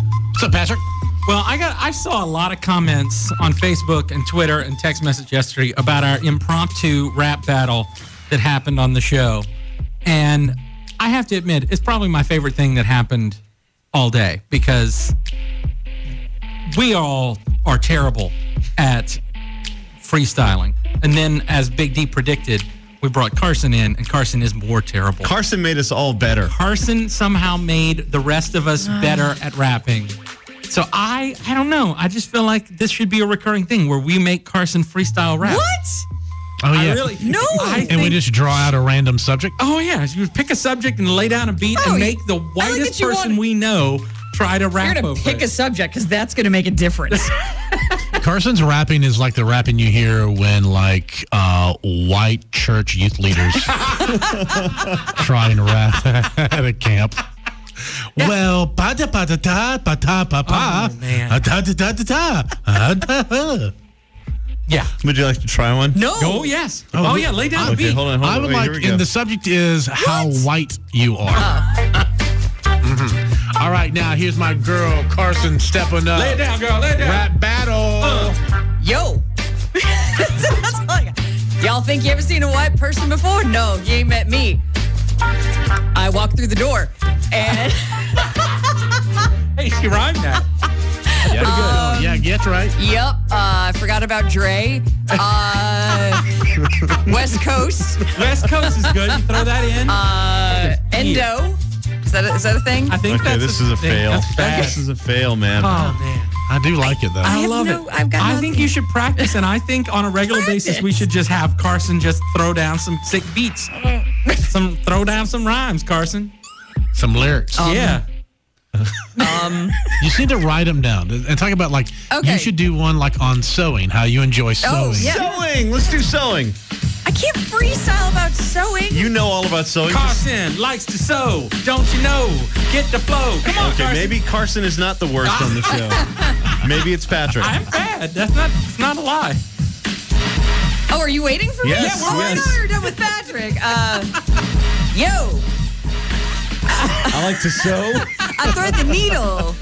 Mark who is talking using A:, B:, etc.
A: What's up, Patrick?
B: Well, I got I saw a lot of comments on Facebook and Twitter and text message yesterday about our impromptu rap battle that happened on the show. And I have to admit, it's probably my favorite thing that happened all day because we all are terrible at freestyling. And then as Big D predicted, we brought Carson in and Carson is more terrible.
A: Carson made us all better.
B: Carson somehow made the rest of
C: Ah.
B: us better at rapping. So I, I don't know. I just feel like this should be a recurring thing where we make Carson freestyle rap.
C: What?
D: Oh yeah.
B: I really,
C: No.
B: I
C: And
D: and we
B: think-
D: just draw out a random subject.
B: oh yeah, you pick a subject and lay down a beat and
C: Oh, you-
B: make the
C: I like
B: whitest
C: that you
B: person
C: wanted-
B: we know try to rap
C: You're gonna
B: over
C: pick
B: it.
C: a subject because that's gonna make a difference.
D: Carson's rapping is like the rapping you hear when like uh, white church youth leaders trying to rap at a camp. Well, pa da pa da da pa ta pa pa
B: Oh, man.
D: Ah, da da da da da ah, da. huh.
B: yeah.
A: Would you like to try one?
C: no.
B: Oh yes. Oh, yeah. Lay down a
A: Okay,
B: beat.
A: hold on, hold on.
D: I would
A: Wait,
D: like,
A: here we go.
D: and the subject is how white you are.
B: Uh.
D: Mhm. All right, now here's my girl Carson stepping up.
B: Lay it down, girl. Lay it down. Uh.
D: Rap battle.
C: Yo. That's all I got. Y'all think you ever seen a white person before? No, you ain't met me. I walked through the door and
B: Hey, she rhymed that.
D: Yeah,
B: Oh,
D: good. yeah, get right.
C: yep, uh, I forgot about Dre. Uh, West Coast,
B: West Coast is good. You throw that in.
C: uh, Endo. Is that a, is that a thing?
B: I think
A: Okay,
B: that's
A: this is a
B: thing.
A: fail.
B: That's bad.
A: This is a fail, man.
B: Oh man.
D: I do like it though.
C: I
B: I
C: have
B: love
C: no-
B: it.
C: I've got
B: I think
C: nothing.
B: you should practice, and I think on a regular basis we
C: Practice.
B: should just have Carson just throw down some sick beats,
C: Mm.
B: some throw down some rhymes, Carson.
D: Some lyrics.
C: Um,
B: yeah,
D: You just need to write them down and and talk about like
C: Okay.
D: you should do one like on sewing, how you enjoy sewing.
C: yeah.
A: Sewing. Let's do sewing.
C: I can't freestyle about sewing.
A: You know all about sewing.
B: Carson likes to sew, don't you know? Get the flow. Come on,
A: okay,
B: Carson.
A: maybe Carson is not the worst on the show. maybe it's Patrick.
B: I'm bad. That's not it's not a lie.
C: Oh, are you waiting for me?
A: Yes,
C: oh,
A: yes.
C: I know you're done with Patrick. Uh, yo,
A: I like to sew.
C: I thread the needle.